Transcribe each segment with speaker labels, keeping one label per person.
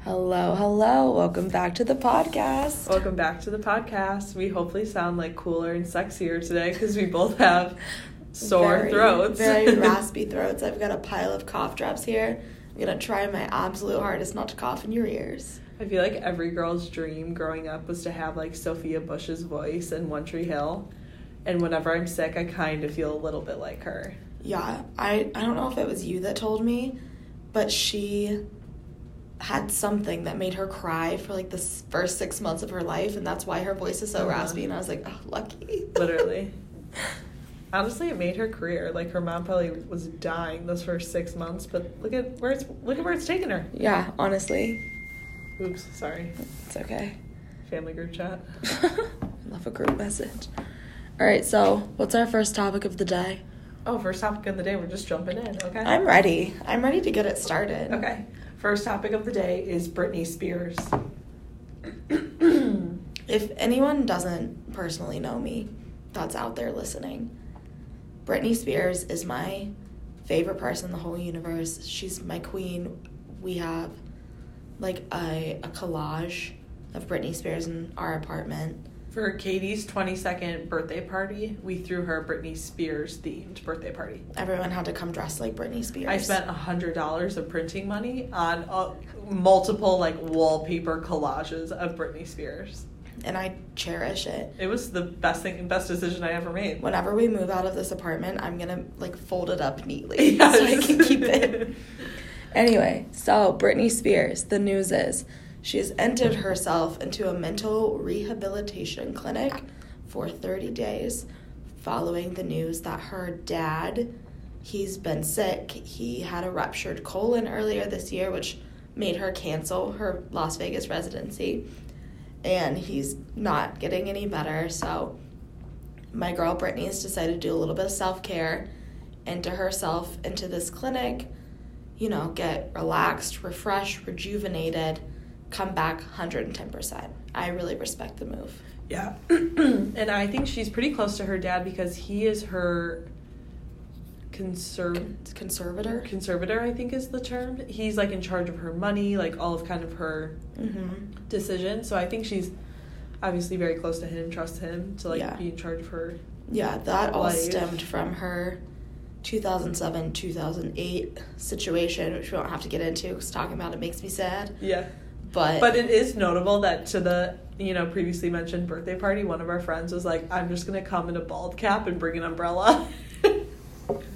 Speaker 1: Hello, hello. Welcome back to the podcast.
Speaker 2: Welcome back to the podcast. We hopefully sound like cooler and sexier today because we both have sore
Speaker 1: Very,
Speaker 2: throats.
Speaker 1: very raspy throats. I've got a pile of cough drops here. I'm gonna try my absolute hardest not to cough in your ears.
Speaker 2: I feel like every girl's dream growing up was to have like Sophia Bush's voice in One Tree Hill. And whenever I'm sick, I kind of feel a little bit like her.
Speaker 1: Yeah, I, I don't know if it was you that told me, but she had something that made her cry for like the s- first six months of her life, and that's why her voice is so
Speaker 2: Uh-huh.
Speaker 1: raspy. And I was like, oh, lucky.
Speaker 2: Literally. Honestly, it made her career. Like her mom probably was dying those first six months, but look at where it's look at where it's taken her.
Speaker 1: yeah, honestly,
Speaker 2: Oops, sorry.
Speaker 1: it's okay.
Speaker 2: Family group chat.
Speaker 1: Love a group message. All right, so what's our first topic of the day?
Speaker 2: Oh, first topic of the day, we're just jumping in, okay?
Speaker 1: I'm ready. I'm ready to get it started.
Speaker 2: Okay. First topic of the day is Britney Spears.
Speaker 1: If anyone doesn't personally know me, that's out there listening, Britney Spears is my favorite person in the whole universe. She's my queen. We have like a, a collage of Britney Spears in our apartment.
Speaker 2: For Katie's 22nd birthday party, we threw her a Britney Spears themed birthday party.
Speaker 1: Everyone had to come dressed like Britney Spears.
Speaker 2: I spent $100 of printing money on uh, multiple like wallpaper collages of Britney Spears.
Speaker 1: and I cherish it.
Speaker 2: It was the best thing, best decision I ever made.
Speaker 1: Whenever we move out of this apartment, I'm gonna like fold it up neatly so I can keep it. Anyway, so Britney Spears, the news is she has entered herself into a mental rehabilitation clinic for 30 days following the news that her dad, he's been sick. He had a ruptured colon earlier this year, which made her cancel her Las Vegas residency. And he's not getting any better, so my girl Brittany has decided to do a little bit of self care, into herself into this clinic, you know, get relaxed, refreshed, rejuvenated, come back 110%. I really respect the move.
Speaker 2: Yeah. and I think she's pretty close to her dad because he is her conserv-
Speaker 1: Con- conservator?
Speaker 2: conservator, I think is the term. He's like in charge of her money, like all of kind of her
Speaker 1: Mm-hmm.
Speaker 2: decisions. So I think she's obviously very close to him, trusts him to like
Speaker 1: Yeah.
Speaker 2: be in charge of her.
Speaker 1: Yeah, that all
Speaker 2: Life.
Speaker 1: stemmed from her 2007 2008 situation, which we don't have to get into because talking about it makes me sad.
Speaker 2: Yeah.
Speaker 1: But,
Speaker 2: But it is notable that to the you know previously mentioned birthday party, one of our friends was like, "I'm just gonna come in a bald cap and bring an umbrella."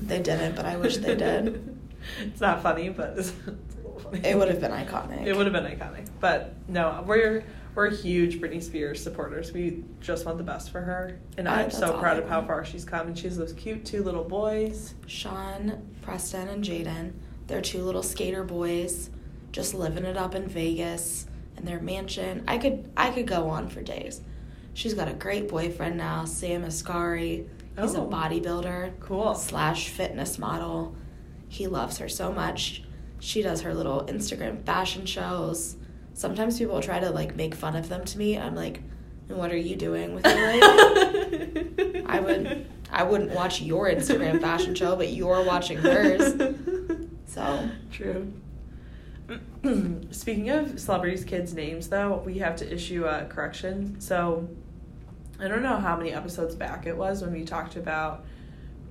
Speaker 1: they didn't, but I wish they did.
Speaker 2: it's not funny, but it's, it's a little funny.
Speaker 1: It would have been iconic.
Speaker 2: It would have been iconic, but no, we're we're huge Britney Spears supporters. We just want the best for her, and
Speaker 1: I-
Speaker 2: I'm
Speaker 1: that's
Speaker 2: so
Speaker 1: all
Speaker 2: proud
Speaker 1: I
Speaker 2: of how
Speaker 1: want.
Speaker 2: far she's come. And she has those cute two little boys.
Speaker 1: Sean, Preston, and Jaden. They're two little skater boys, just living it up in Vegas in their mansion. I could I could go on for days. She's got a great boyfriend now, Sam Ascari. He's
Speaker 2: Oh.
Speaker 1: a bodybuilder
Speaker 2: Cool.
Speaker 1: slash fitness model. He loves her so much. She does her little Instagram fashion shows. Sometimes people try to like make fun of them to me. I'm like, what are you doing with your life? I
Speaker 2: I
Speaker 1: would I wouldn't watch your Instagram fashion show, but you're watching hers. So
Speaker 2: True. Speaking of celebrities' kids' names, though, we have to issue a correction. So, I don't know how many episodes back it was when we talked about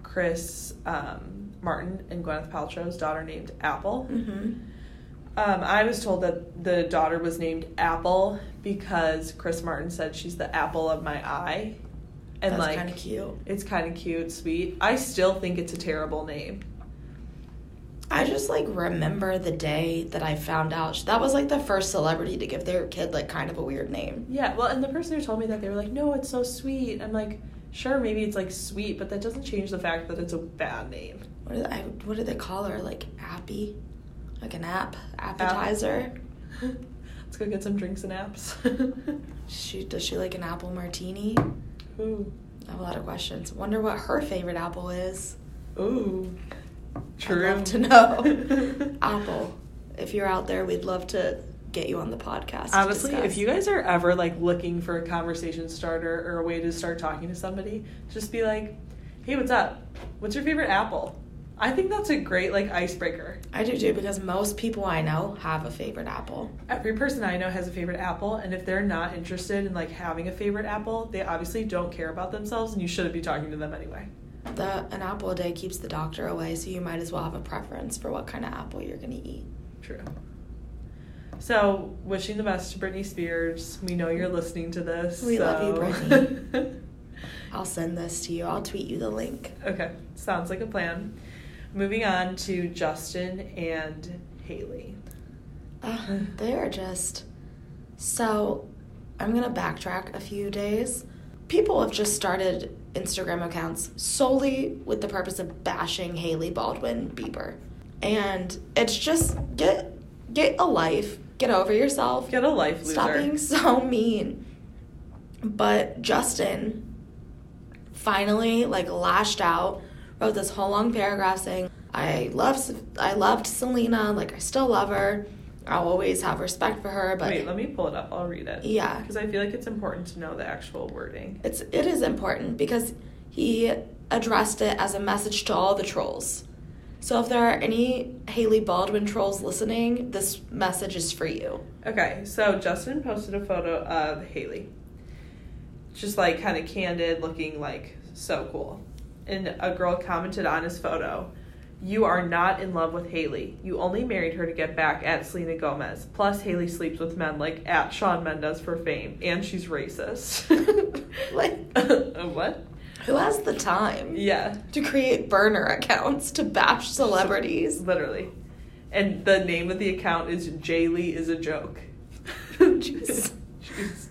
Speaker 2: Chris um, Martin and Gwyneth Paltrow's daughter named Apple.
Speaker 1: hmm
Speaker 2: Um, I was told that the daughter was named Apple because Chris Martin said she's the apple of my eye, and
Speaker 1: that's
Speaker 2: like
Speaker 1: kind of cute.
Speaker 2: it's kind of cute, sweet. I still think it's a terrible name.
Speaker 1: I just like remember the day that I found out that was like the first celebrity to give their kid like kind of a weird name.
Speaker 2: Yeah, well, and the person who told me that they were like, "No, it's so sweet." I'm like, "Sure, maybe it's like sweet, but that doesn't change the fact that it's a bad name."
Speaker 1: What did I? What did they call her? Like Appy, like an app appetizer.
Speaker 2: Let's go get some drinks and apps.
Speaker 1: She does she like an apple martini?
Speaker 2: ooh,
Speaker 1: I have a lot of questions. Wonder what her favorite apple is.
Speaker 2: ooh, true.
Speaker 1: I'd love to know. apple, if you're out there, we'd love to get you on the podcast. to
Speaker 2: Honestly, if
Speaker 1: discuss.
Speaker 2: you guys are ever like looking for a conversation starter or a way to start talking to somebody, just be like, "Hey, what's up? What's your favorite apple?" I think that's a great like icebreaker.
Speaker 1: I do too because most people I know have a favorite apple.
Speaker 2: Every person I know has a favorite apple, and if they're not interested in like having a favorite apple, they obviously don't care about themselves, and you shouldn't be talking to them anyway.
Speaker 1: The an apple a day keeps the doctor away, so you might as well have a preference for what kind of apple you're gonna eat.
Speaker 2: True. So, wishing the best to Britney Spears. We know you're listening to this.
Speaker 1: We
Speaker 2: so.
Speaker 1: love you, Britney. I'll send this to you. I'll tweet you the link.
Speaker 2: okay, sounds like a plan. Moving on to Justin and Haley.
Speaker 1: Uh, they are just so. I'm gonna backtrack a few days. People have just started Instagram accounts solely with the purpose of bashing Haley Baldwin Bieber, and it's just get get a life, get over yourself,
Speaker 2: Get a life, loser.
Speaker 1: Stop being so mean. But Justin finally like lashed out, wrote this whole long paragraph saying, "I loved I loved Selena, like I still love her. I'll always have respect for her, but
Speaker 2: Wait, let me pull it up. I'll read it.
Speaker 1: Yeah.
Speaker 2: Because I feel like it's important to know the actual wording.
Speaker 1: it's it is important because he addressed it as a message to all the trolls. So if there are any Haley Baldwin trolls listening, this message is for you.
Speaker 2: Okay, so Justin posted a photo of Haley. Just like kind of candid, looking like so cool. And a girl commented on his photo, You are not in love with Haley. You only married her to get back at Selena Gomez. Plus, Haley sleeps with men like at Sean Mendes for fame, and she's racist.
Speaker 1: Like-
Speaker 2: what?
Speaker 1: Who has the time?
Speaker 2: Yeah.
Speaker 1: to create burner accounts to bash celebrities.
Speaker 2: Literally. And the name of the account is Jaylee is a joke.
Speaker 1: Jeez.
Speaker 2: Jeez.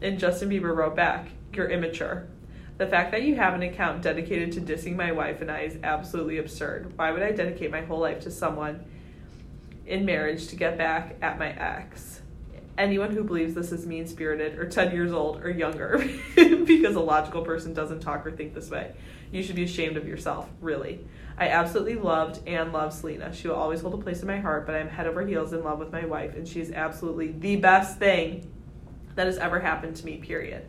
Speaker 2: And Justin Bieber wrote back, You're immature. The fact that you have an account dedicated to dissing my wife and I is absolutely absurd. Why would I dedicate my whole life to someone in marriage to get back at my ex? Anyone who believes this is mean spirited or 10 years old or younger because a logical person doesn't talk or think this way. You should be ashamed of yourself, really. I absolutely loved and love Selena. She will always hold a place in my heart, but I'm head over heels in love with my wife, and she is absolutely the best thing that has ever happened to me, period.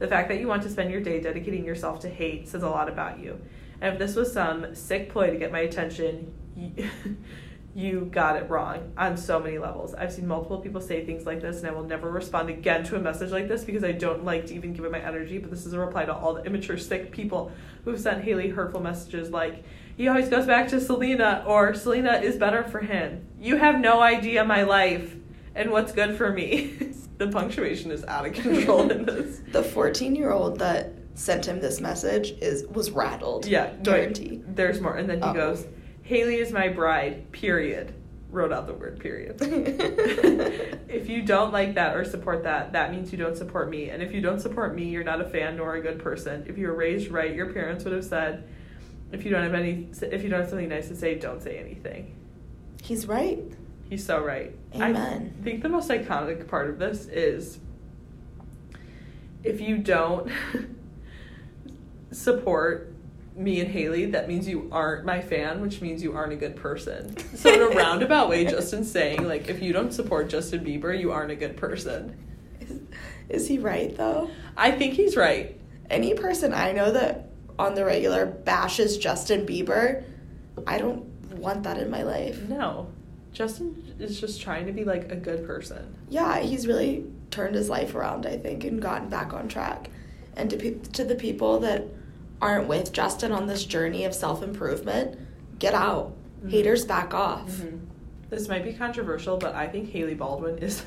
Speaker 2: The fact that you want to spend your day dedicating yourself to hate says a lot about you. And if this was some sick ploy to get my attention, you, you got it wrong on so many levels. I've seen multiple people say things like this, and I will never respond again to a message like this because I don't like to even give it my energy. But this is a reply to all the immature, sick people who've sent Haley hurtful messages like, he always goes back to Selena, or Selena is better for him. You have no idea my life and what's good for me. the punctuation is out of control in this.
Speaker 1: The 14 year old that sent him this message is was rattled.
Speaker 2: Yeah, no,
Speaker 1: guarantee.
Speaker 2: There's more. And then he
Speaker 1: Oh.
Speaker 2: goes, Haley is my bride, period. Wrote out the word period. if you don't like that or support that, that means you don't support me. And if you don't support me, you're not a fan nor a good person. If you were raised right, your parents would have said, if you don't have any, if you don't have something nice to say, don't say anything.
Speaker 1: He's right.
Speaker 2: He's so right.
Speaker 1: Amen.
Speaker 2: I think the most iconic part of this is if you don't support me and Haley, that means you aren't my fan, which means you aren't a good person. So in a roundabout way, Justin's saying like if you don't support Justin Bieber, you aren't a good person.
Speaker 1: Is, is he right though?
Speaker 2: I think he's right.
Speaker 1: Any person I know that on the regular bashes Justin Bieber, I don't want that in my life.
Speaker 2: No. Justin is just trying to be like a good person.
Speaker 1: yeah, he's really turned his life around, I think, and gotten back on track. And to, pe- to the people that aren't with Justin on this journey of self improvement, get out.
Speaker 2: Mhm.
Speaker 1: Haters back off.
Speaker 2: Mm-hmm. This might be controversial, but I think Haley Baldwin is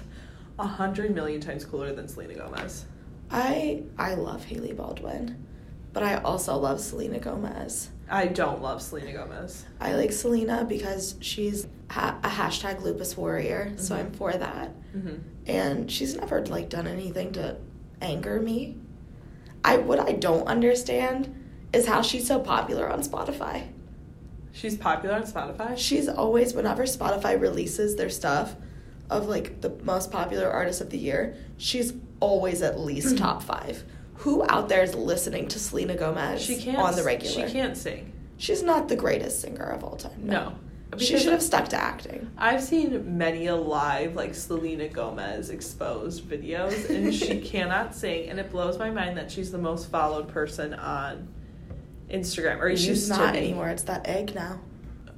Speaker 2: a hundred million times cooler than Selena Gomez.
Speaker 1: I I love Haley Baldwin, but I also love Selena Gomez.
Speaker 2: I don't love Selena Gomez.
Speaker 1: I like Selena because she's ha- a hashtag lupus warrior, so
Speaker 2: Mhm.
Speaker 1: I'm for that.
Speaker 2: Mm-hmm.
Speaker 1: and she's never like done anything to anger me. I what I don't understand is how she's so popular on Spotify.
Speaker 2: She's popular on Spotify.
Speaker 1: She's always whenever Spotify releases their stuff of like the most popular artist of the year, she's always at
Speaker 2: Mm-hmm.
Speaker 1: least top 5. Who out there is listening to Selena Gomez
Speaker 2: she can't
Speaker 1: on the regular?
Speaker 2: She can't sing.
Speaker 1: She's not the greatest singer of all time.
Speaker 2: No,
Speaker 1: She
Speaker 2: Because
Speaker 1: should have stuck to acting.
Speaker 2: I've seen many a live like Selena Gomez exposed videos, and she cannot sing, and it blows my mind that she's the most followed person on Instagram. Or
Speaker 1: she's
Speaker 2: used to
Speaker 1: not
Speaker 2: be.
Speaker 1: anymore. It's that egg now.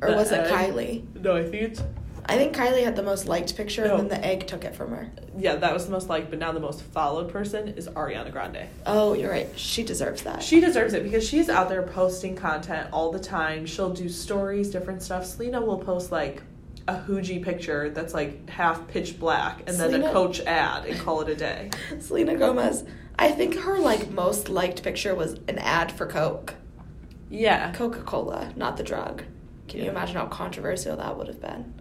Speaker 1: Or
Speaker 2: The
Speaker 1: was it
Speaker 2: egg?
Speaker 1: Kylie?
Speaker 2: No, I think it's
Speaker 1: I think Kylie had the most liked picture,
Speaker 2: No.
Speaker 1: and then the egg took it from her.
Speaker 2: yeah, that was the most liked, but now the most followed person is Ariana Grande.
Speaker 1: Oh, you're right. She deserves that.
Speaker 2: She deserves it because she's out there posting content all the time. She'll do stories, different stuff. Selena will post like a hoogie picture that's like half pitch black and then
Speaker 1: Selena-
Speaker 2: a coach ad and call it a day.
Speaker 1: Selena Gomez. I think her like most liked picture was an ad for Coke,
Speaker 2: Yeah.
Speaker 1: Coca Cola, not the drug. Can you
Speaker 2: Ah. Yeah.
Speaker 1: imagine how controversial that would have been?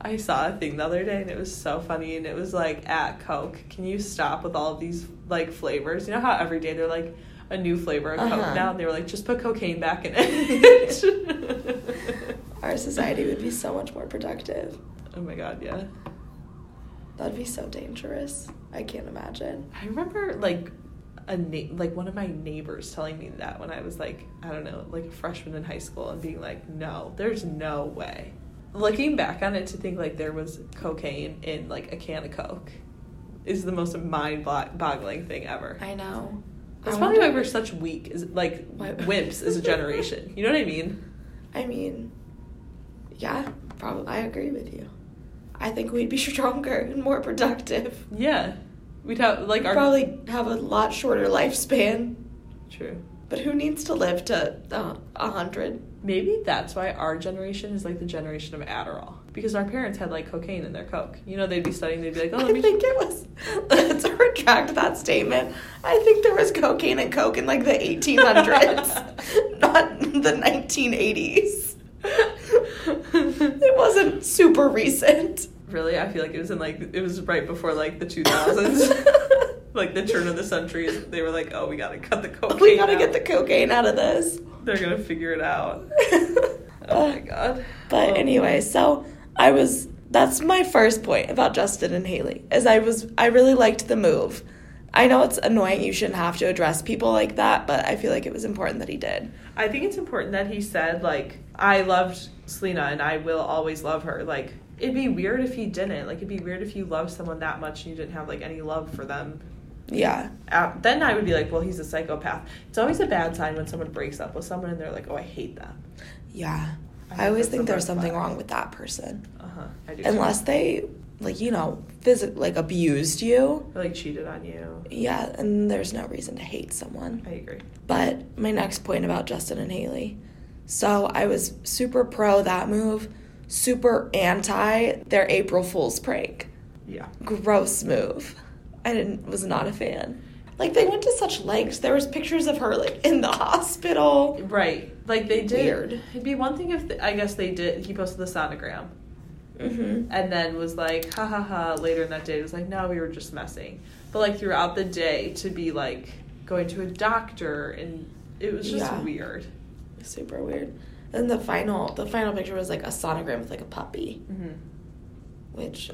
Speaker 2: I saw a thing the other day and it was so funny and it was like at Coke, can you stop with all of these like flavors? You know how every day they're like a new flavor of
Speaker 1: Uh-huh.
Speaker 2: Coke now and they were like just put cocaine back in it.
Speaker 1: Our society would be so much more productive.
Speaker 2: Oh my god, yeah.
Speaker 1: That'd be so dangerous. I can't imagine.
Speaker 2: I remember like a na- like one of my neighbors telling me that when I was like I don't know like a freshman in high school and being like no there's no way looking back on it to think like there was cocaine in like a can of coke is the most mind boggling thing ever
Speaker 1: I know.
Speaker 2: that's
Speaker 1: I
Speaker 2: probably why
Speaker 1: wonder-
Speaker 2: we're such weak is like
Speaker 1: Why-
Speaker 2: wimps as a generation you know what I mean
Speaker 1: I mean, yeah, probably. I agree with you. I think we'd be stronger and more productive.
Speaker 2: yeah we'd have like
Speaker 1: We'd
Speaker 2: our
Speaker 1: probably have a lot shorter lifespan.
Speaker 2: true
Speaker 1: But who needs to live to uh, a hundred?
Speaker 2: Maybe that's why our generation is like the generation of Adderall. Because our parents had like cocaine in their Coke. You know, they'd be studying, they'd be like, oh, let
Speaker 1: I
Speaker 2: me.
Speaker 1: think it was. Let's retract that statement. I think there was cocaine and coke in like the 1800s, not the 1980s. It wasn't super recent.
Speaker 2: Really? I feel like it was in like, it was right before like the 2000s. like the turn of the century. They were like, oh, we gotta cut the cocaine.
Speaker 1: we gotta get
Speaker 2: out.
Speaker 1: the cocaine out of this.
Speaker 2: They're gonna figure it out. Oh my
Speaker 1: But-
Speaker 2: god.
Speaker 1: But
Speaker 2: Oh.
Speaker 1: anyway, so I was that's my first point about Justin and Haley is I was I really liked the move. I know it's annoying you shouldn't have to address people like that, but I feel like it was important that he did.
Speaker 2: I think it's important that he said like I loved Selena and I will always love her. Like it'd be weird if he didn't. Like it'd be weird if you loved someone that much and you didn't have like any love for them.
Speaker 1: Yeah.
Speaker 2: Uh, then I would be like, well, he's a psychopath. It's always a bad sign when someone breaks up with someone and they're like, oh, I hate them.
Speaker 1: Yeah.
Speaker 2: I
Speaker 1: I,
Speaker 2: think
Speaker 1: always
Speaker 2: that's
Speaker 1: think
Speaker 2: the
Speaker 1: there's
Speaker 2: red
Speaker 1: something
Speaker 2: flag.
Speaker 1: wrong with that person.
Speaker 2: Uh huh. I do.
Speaker 1: Unless they like, you know, physic like abused you.
Speaker 2: they like cheated on you.
Speaker 1: Yeah, and there's no reason to hate someone.
Speaker 2: I agree.
Speaker 1: But my next point about Justin and Haley. So I was super pro that move, super anti their April Fool's prank.
Speaker 2: Yeah.
Speaker 1: Gross move. I didn't was not a fan. Like they went to such lengths. There was pictures of her like in the hospital.
Speaker 2: Right. Like they did.
Speaker 1: Weird.
Speaker 2: It'd be one thing if th I guess they did. He posted the sonogram.
Speaker 1: Mm-hmm.
Speaker 2: and then was like, ha ha ha, later in that day, it was like, no, we were just messing. But like throughout the day, to be like going to a doctor, and it was just
Speaker 1: Yeah.
Speaker 2: weird.
Speaker 1: Super weird. And the final the final picture was like a sonogram with like a puppy,
Speaker 2: Mm-hmm.
Speaker 1: which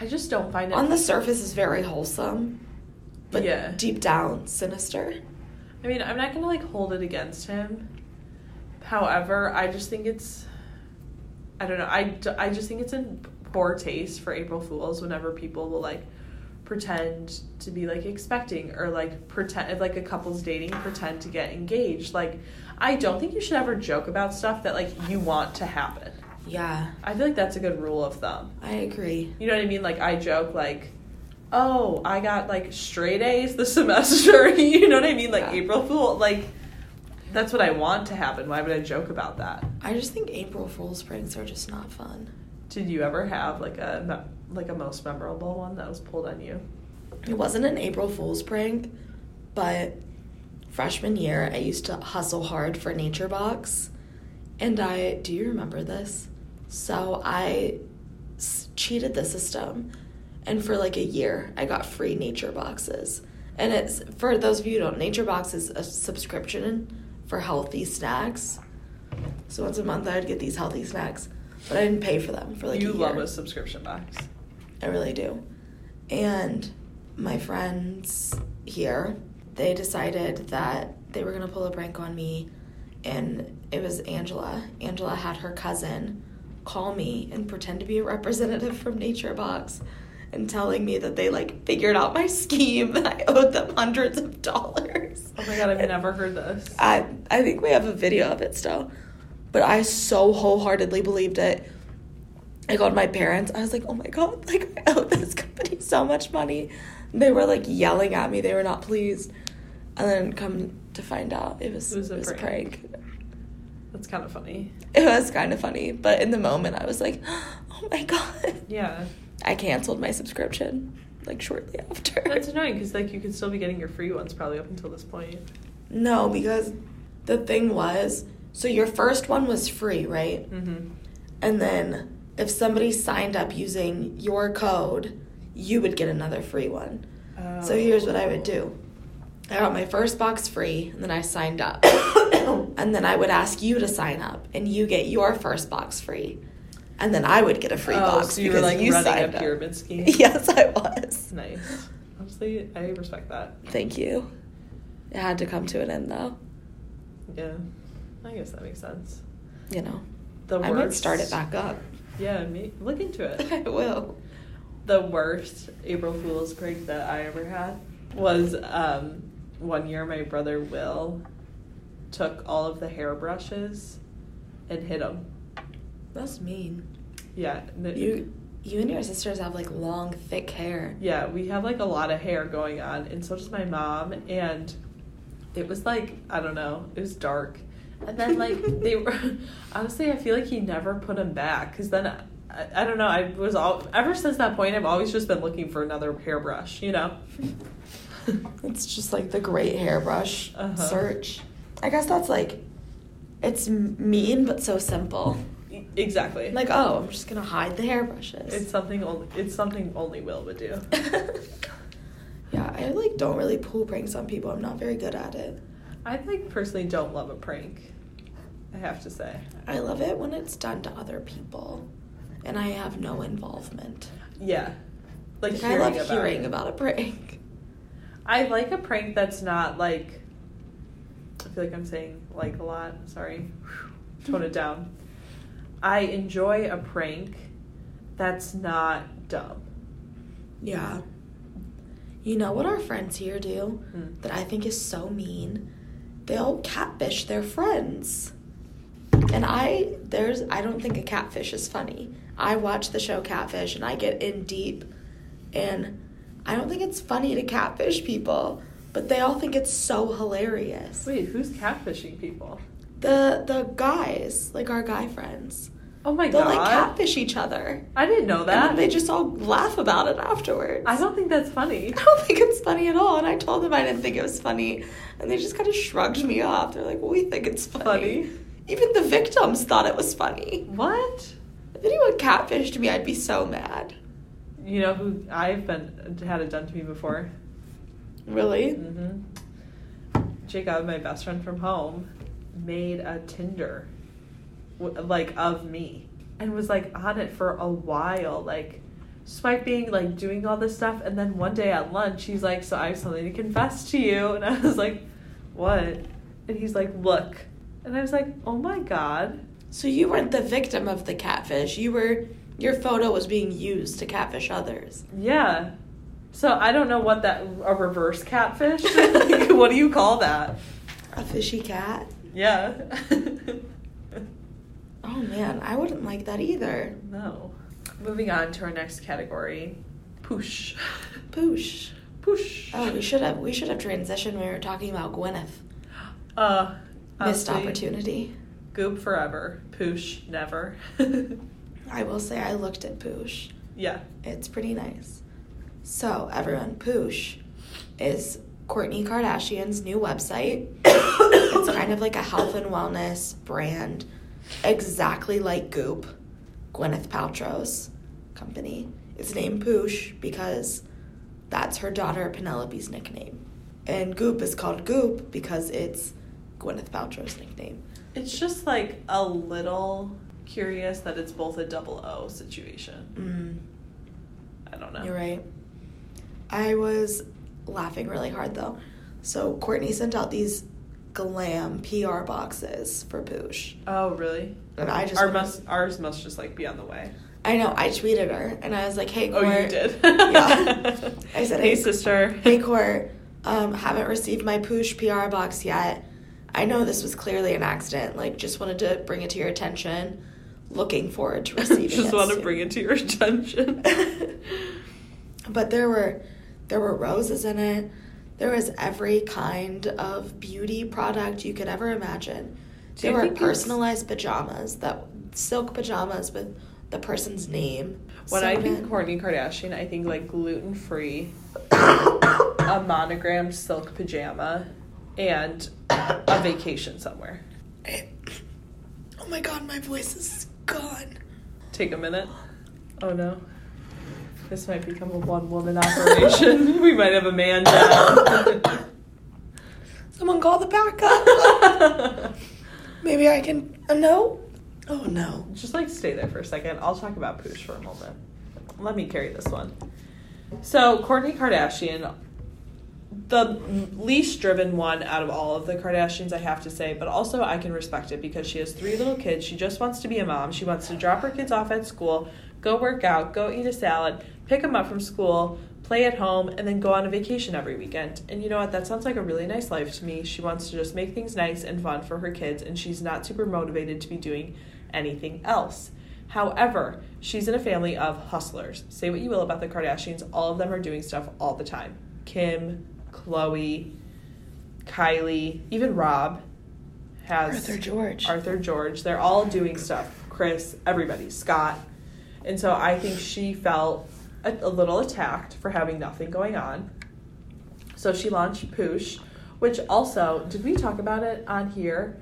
Speaker 2: I just don't find it.
Speaker 1: on the surface is very wholesome, but
Speaker 2: Yeah.
Speaker 1: deep down sinister.
Speaker 2: I mean, I'm not gonna like hold it against him. However, I just think it's, I don't know, I, d- I just think it's in poor taste for April Fools whenever people will like pretend to be like expecting or like pretend if like a couple's dating pretend to get engaged. Like, I don't think you should ever joke about stuff that like you want to happen.
Speaker 1: Yeah,
Speaker 2: I feel like that's a good rule of thumb.
Speaker 1: I agree.
Speaker 2: You know what I mean? Like I joke like, oh, I got like straight A's this semester. you know what I mean? Like
Speaker 1: Yeah.
Speaker 2: April Fool. Like that's what I want to happen. Why would I joke about that?
Speaker 1: I just think April Fool's pranks are just not fun.
Speaker 2: Did you ever have like a me- like a most memorable one that was pulled on you?
Speaker 1: It wasn't an April Fool's prank, but freshman year I used to hustle hard for Nature Box. And I, do you remember this? So I s- cheated the system. And for like a year, I got free Nature Boxes. And it's, for those of you who don't, Nature Box is a subscription for healthy snacks. So once a month I would get these healthy snacks, but I didn't pay for them for like
Speaker 2: you
Speaker 1: a year.
Speaker 2: love a subscription box.
Speaker 1: I really do. And my friends here, they decided that they were going to pull a prank on me. And it was Angela. Angela had her cousin call me and pretend to be a representative from Nature Box and telling me that they like figured out my scheme and I owed them hundreds of dollars.
Speaker 2: Oh my god, I've never heard this.
Speaker 1: I I think we have a video of it still. but I so wholeheartedly believed it. I called my parents. I was like, oh my God, like, I owe this company so much money. They were like yelling at me. They were not pleased. And then come to find out, it was, it was, a, prank.
Speaker 2: That's kind of funny.
Speaker 1: It was kind of funny. But in the moment, I was like, oh my God.
Speaker 2: Yeah.
Speaker 1: I canceled my subscription like shortly after.
Speaker 2: That's annoying because like you could still be getting your free ones probably up until this point.
Speaker 1: No, because the thing was, so your first one was free, right?
Speaker 2: Mm-hmm.
Speaker 1: And then if somebody signed up using your code, you would get another free one.
Speaker 2: Oh.
Speaker 1: So here's what I would do. I got my first box free, and then I signed up. and then I would ask you to sign up, and you get your first box free. And then I would get a free
Speaker 2: oh,
Speaker 1: box
Speaker 2: so you were
Speaker 1: because
Speaker 2: like
Speaker 1: you
Speaker 2: running
Speaker 1: signed
Speaker 2: a
Speaker 1: up.
Speaker 2: pyramid scheme.
Speaker 1: Yes, I was.
Speaker 2: Nice. Honestly, I respect that.
Speaker 1: Thank you. It had to come to an end, though.
Speaker 2: Yeah, I guess that makes sense.
Speaker 1: You know,
Speaker 2: The
Speaker 1: I
Speaker 2: worst.
Speaker 1: might start it back up.
Speaker 2: Yeah, me, look into it.
Speaker 1: I will.
Speaker 2: the worst April Fool's prank that I ever had was um, one year my brother Will took all of the hairbrushes and hid them.
Speaker 1: That's mean.
Speaker 2: Yeah. n-
Speaker 1: You, you and your sisters have like long, thick hair.
Speaker 2: Yeah, we have like a lot of hair going on, and so does my mom. And it was like I don't know, it was dark. And then like they were honestly, I feel like he never put them back because then I, I don't know. I was all ever since that point, I've always just been looking for another hairbrush, you know.
Speaker 1: It's just like the great hairbrush
Speaker 2: Uh-huh.
Speaker 1: search. I guess that's like, it's m- mean but so simple.
Speaker 2: exactly.
Speaker 1: Like, oh, I'm just gonna hide the hairbrushes.
Speaker 2: It's something only it's something only Will would do.
Speaker 1: yeah, I like don't really pull pranks on people. I'm not very good at it.
Speaker 2: I like personally don't love a prank. I have to say.
Speaker 1: I love it when it's done to other people, and I have no involvement.
Speaker 2: Yeah. Like,
Speaker 1: Like, I
Speaker 2: hearing
Speaker 1: love
Speaker 2: about
Speaker 1: hearing
Speaker 2: it.
Speaker 1: about a prank.
Speaker 2: I like a prank that's not like I feel like I'm saying like a lot. Sorry. Tone it down. I enjoy a prank that's not dumb.
Speaker 1: Yeah. You know what our friends here do
Speaker 2: Hmm.
Speaker 1: that I think is so mean? They'll catfish their friends. And I there's I don't think a catfish is funny. I watch the show Catfish and I get in deep and I don't think it's funny to catfish people, but they all think it's so hilarious.
Speaker 2: Wait, who's catfishing people?
Speaker 1: The the guys, like our guy friends,
Speaker 2: Oh my
Speaker 1: they'll
Speaker 2: god.
Speaker 1: like catfish each other.
Speaker 2: I didn't know
Speaker 1: And
Speaker 2: that.
Speaker 1: then they just all laugh about it afterwards.
Speaker 2: I don't think that's funny.
Speaker 1: I don't think it's funny at all. And I told them I didn't think it was funny. And they just kind of shrugged me off. They're like, we think it's funny.
Speaker 2: Funny.
Speaker 1: Even the victims thought it was funny.
Speaker 2: What?
Speaker 1: If anyone catfished me, I'd be so mad.
Speaker 2: You know who I've been had it done to me before.
Speaker 1: Really?
Speaker 2: hmm Mm-hmm. Jacob, my best friend from home, made a Tinder, w- like of me, and was like on it for a while, like swiping, like doing all this stuff. And then one day at lunch, he's like, "So I have something to confess to you," and I was like, "What?" And he's like, "Look," and I was like, "Oh my god."
Speaker 1: So you weren't the victim of the catfish. You were, your photo was being used to catfish others.
Speaker 2: Yeah. So I don't know what that a reverse catfish. like, what do you call that?
Speaker 1: A fishy cat?
Speaker 2: Yeah.
Speaker 1: Oh man, I wouldn't like that either.
Speaker 2: no. Moving on to our next category, push,
Speaker 1: Poosh.
Speaker 2: push.
Speaker 1: Oh, we should have we should have transitioned when we were talking about Gwyneth.
Speaker 2: Uh,
Speaker 1: Missed
Speaker 2: honestly,
Speaker 1: opportunity.
Speaker 2: Goop forever. Push never.
Speaker 1: I will say I looked at Poosh.
Speaker 2: yeah.
Speaker 1: It's pretty nice. So, everyone, Poosh is Courtney Kardashian's new website. it's kind of like a health and wellness brand, exactly like Goop, Gwyneth Paltrow's company. It's named Poosh because that's her daughter Penelope's nickname. And Goop is called Goop because it's Gwyneth Paltrow's nickname.
Speaker 2: It's just like a little curious that it's both a double O situation.
Speaker 1: Mm,
Speaker 2: I don't know.
Speaker 1: You're right. I was laughing really hard though. So Courtney sent out these glam PR boxes for Poosh,
Speaker 2: Oh really?
Speaker 1: and I just
Speaker 2: Our must ours must just like be on the way.
Speaker 1: I know I tweeted her, and I was like, "Hey,
Speaker 2: Oh,
Speaker 1: Court,
Speaker 2: you did.
Speaker 1: Yeah. I said,
Speaker 2: hey,
Speaker 1: "Hey,
Speaker 2: sister.
Speaker 1: hey Court, um, haven't received my Poosh PR box yet. I know this was clearly an accident. Like, just wanted to bring it to your attention. Looking forward to receiving
Speaker 2: Just
Speaker 1: it.
Speaker 2: want to
Speaker 1: soon."
Speaker 2: bring it to your attention.
Speaker 1: but there were there were roses in it. There was every kind of beauty product you could ever imagine.
Speaker 2: Do
Speaker 1: There
Speaker 2: you
Speaker 1: were
Speaker 2: think it's-
Speaker 1: personalized pajamas that silk pajamas with the person's name.
Speaker 2: When I
Speaker 1: sewn
Speaker 2: think
Speaker 1: in.
Speaker 2: Kourtney Kardashian, I think like gluten free, a monogrammed silk pajama, and a vacation somewhere.
Speaker 1: Oh my god, my voice is gone.
Speaker 2: Take a minute. Oh no. This might become a one woman operation. we might have a man down.
Speaker 1: Someone call the backup. Maybe I can. Uh, no. Oh no.
Speaker 2: Just like stay there for a second. I'll talk about Poosh for a moment. Let me carry this one. So, Courtney Kardashian, the least driven one out of all of the Kardashians, I have to say, but also I can respect it because she has three little kids. She just wants to be a mom. She wants to drop her kids off at school, go work out, go eat a salad, pick them up from school, play at home, and then go on a vacation every weekend. And you know what? That sounds like a really nice life to me. She wants to just make things nice and fun for her kids, and she's not super motivated to be doing anything else. However, she's in a family of hustlers. Say what you will about the Kardashians, all of them are doing stuff all the time. Kim, Chloe, Kylie, even Rob has
Speaker 1: Arthur George.
Speaker 2: Arthur George. They're all doing stuff. Chris, everybody, Scott. And so I think she felt a, a little attacked for having nothing going on. So she launched Poosh, which also, did we talk about it on here?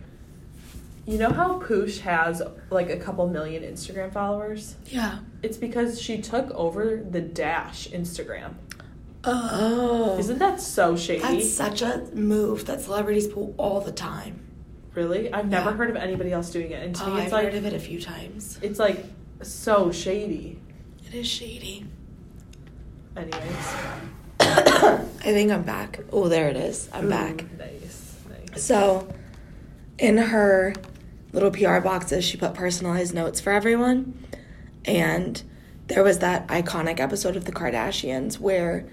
Speaker 2: You know how Poosh has like a couple million Instagram followers?
Speaker 1: Yeah.
Speaker 2: It's because she took over the Dash Instagram.
Speaker 1: Oh.
Speaker 2: Isn't that so shady?
Speaker 1: That's such a move that celebrities pull all the time.
Speaker 2: really? I've never
Speaker 1: Yeah.
Speaker 2: heard of anybody else doing it. And to
Speaker 1: Oh,
Speaker 2: me, it's
Speaker 1: I've
Speaker 2: like
Speaker 1: heard of it a few times.
Speaker 2: it's like so shady.
Speaker 1: It is shady.
Speaker 2: Anyways,
Speaker 1: I think I'm back. Oh, there it is. I'm
Speaker 2: Ooh,
Speaker 1: back.
Speaker 2: Nice, nice.
Speaker 1: So, in her little PR boxes, she put personalized notes for everyone. And there was that iconic episode of The Kardashians where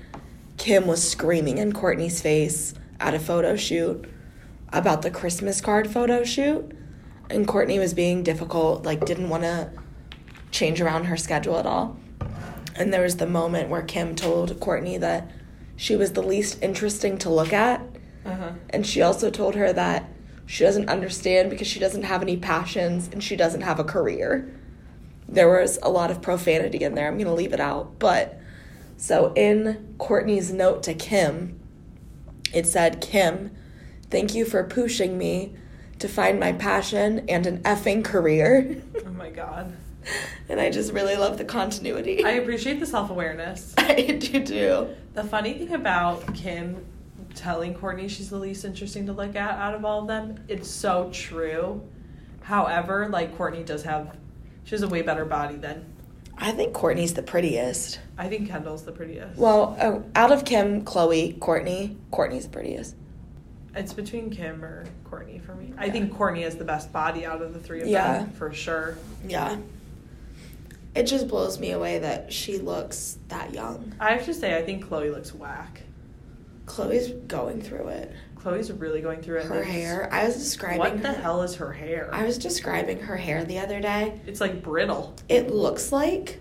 Speaker 1: Kim was screaming in Courtney's face at a photo shoot about the Christmas card photo shoot. And Courtney was being difficult, like, didn't want to change around her schedule at all. And there was the moment where Kim told Courtney that she was the least interesting to look at.
Speaker 2: Uh huh.
Speaker 1: And she also told her that she doesn't understand because she doesn't have any passions and she doesn't have a career. There was a lot of profanity in there. I'm going to leave it out. But so in Courtney's note to Kim, it said, Kim, thank you for pushing me to find my passion and an effing career.
Speaker 2: Oh my god.
Speaker 1: and I just really love the continuity.
Speaker 2: I appreciate the self awareness.
Speaker 1: I do too.
Speaker 2: The funny thing about Kim telling Courtney she's the least interesting to look at out of all of them, it's so true. However, like Courtney does have, she has a way better body than
Speaker 1: I think Courtney's the prettiest.
Speaker 2: I think Kendall's the prettiest.
Speaker 1: Well, oh, out of Kim, Chloe, Courtney, Courtney's the prettiest.
Speaker 2: it's between Kim or Courtney for me. I
Speaker 1: Yeah.
Speaker 2: think Courtney has the best body out of the three of
Speaker 1: Yeah.
Speaker 2: them for sure.
Speaker 1: Yeah. It just blows me away that she looks that young.
Speaker 2: I have to say, I think Chloe looks whack.
Speaker 1: Chloe's going through it.
Speaker 2: Chloe's really going through it.
Speaker 1: Her
Speaker 2: It's-
Speaker 1: hair. I was describing
Speaker 2: What the
Speaker 1: her-
Speaker 2: hell is her hair?
Speaker 1: I was describing her hair the other day.
Speaker 2: it's like brittle.
Speaker 1: It looks like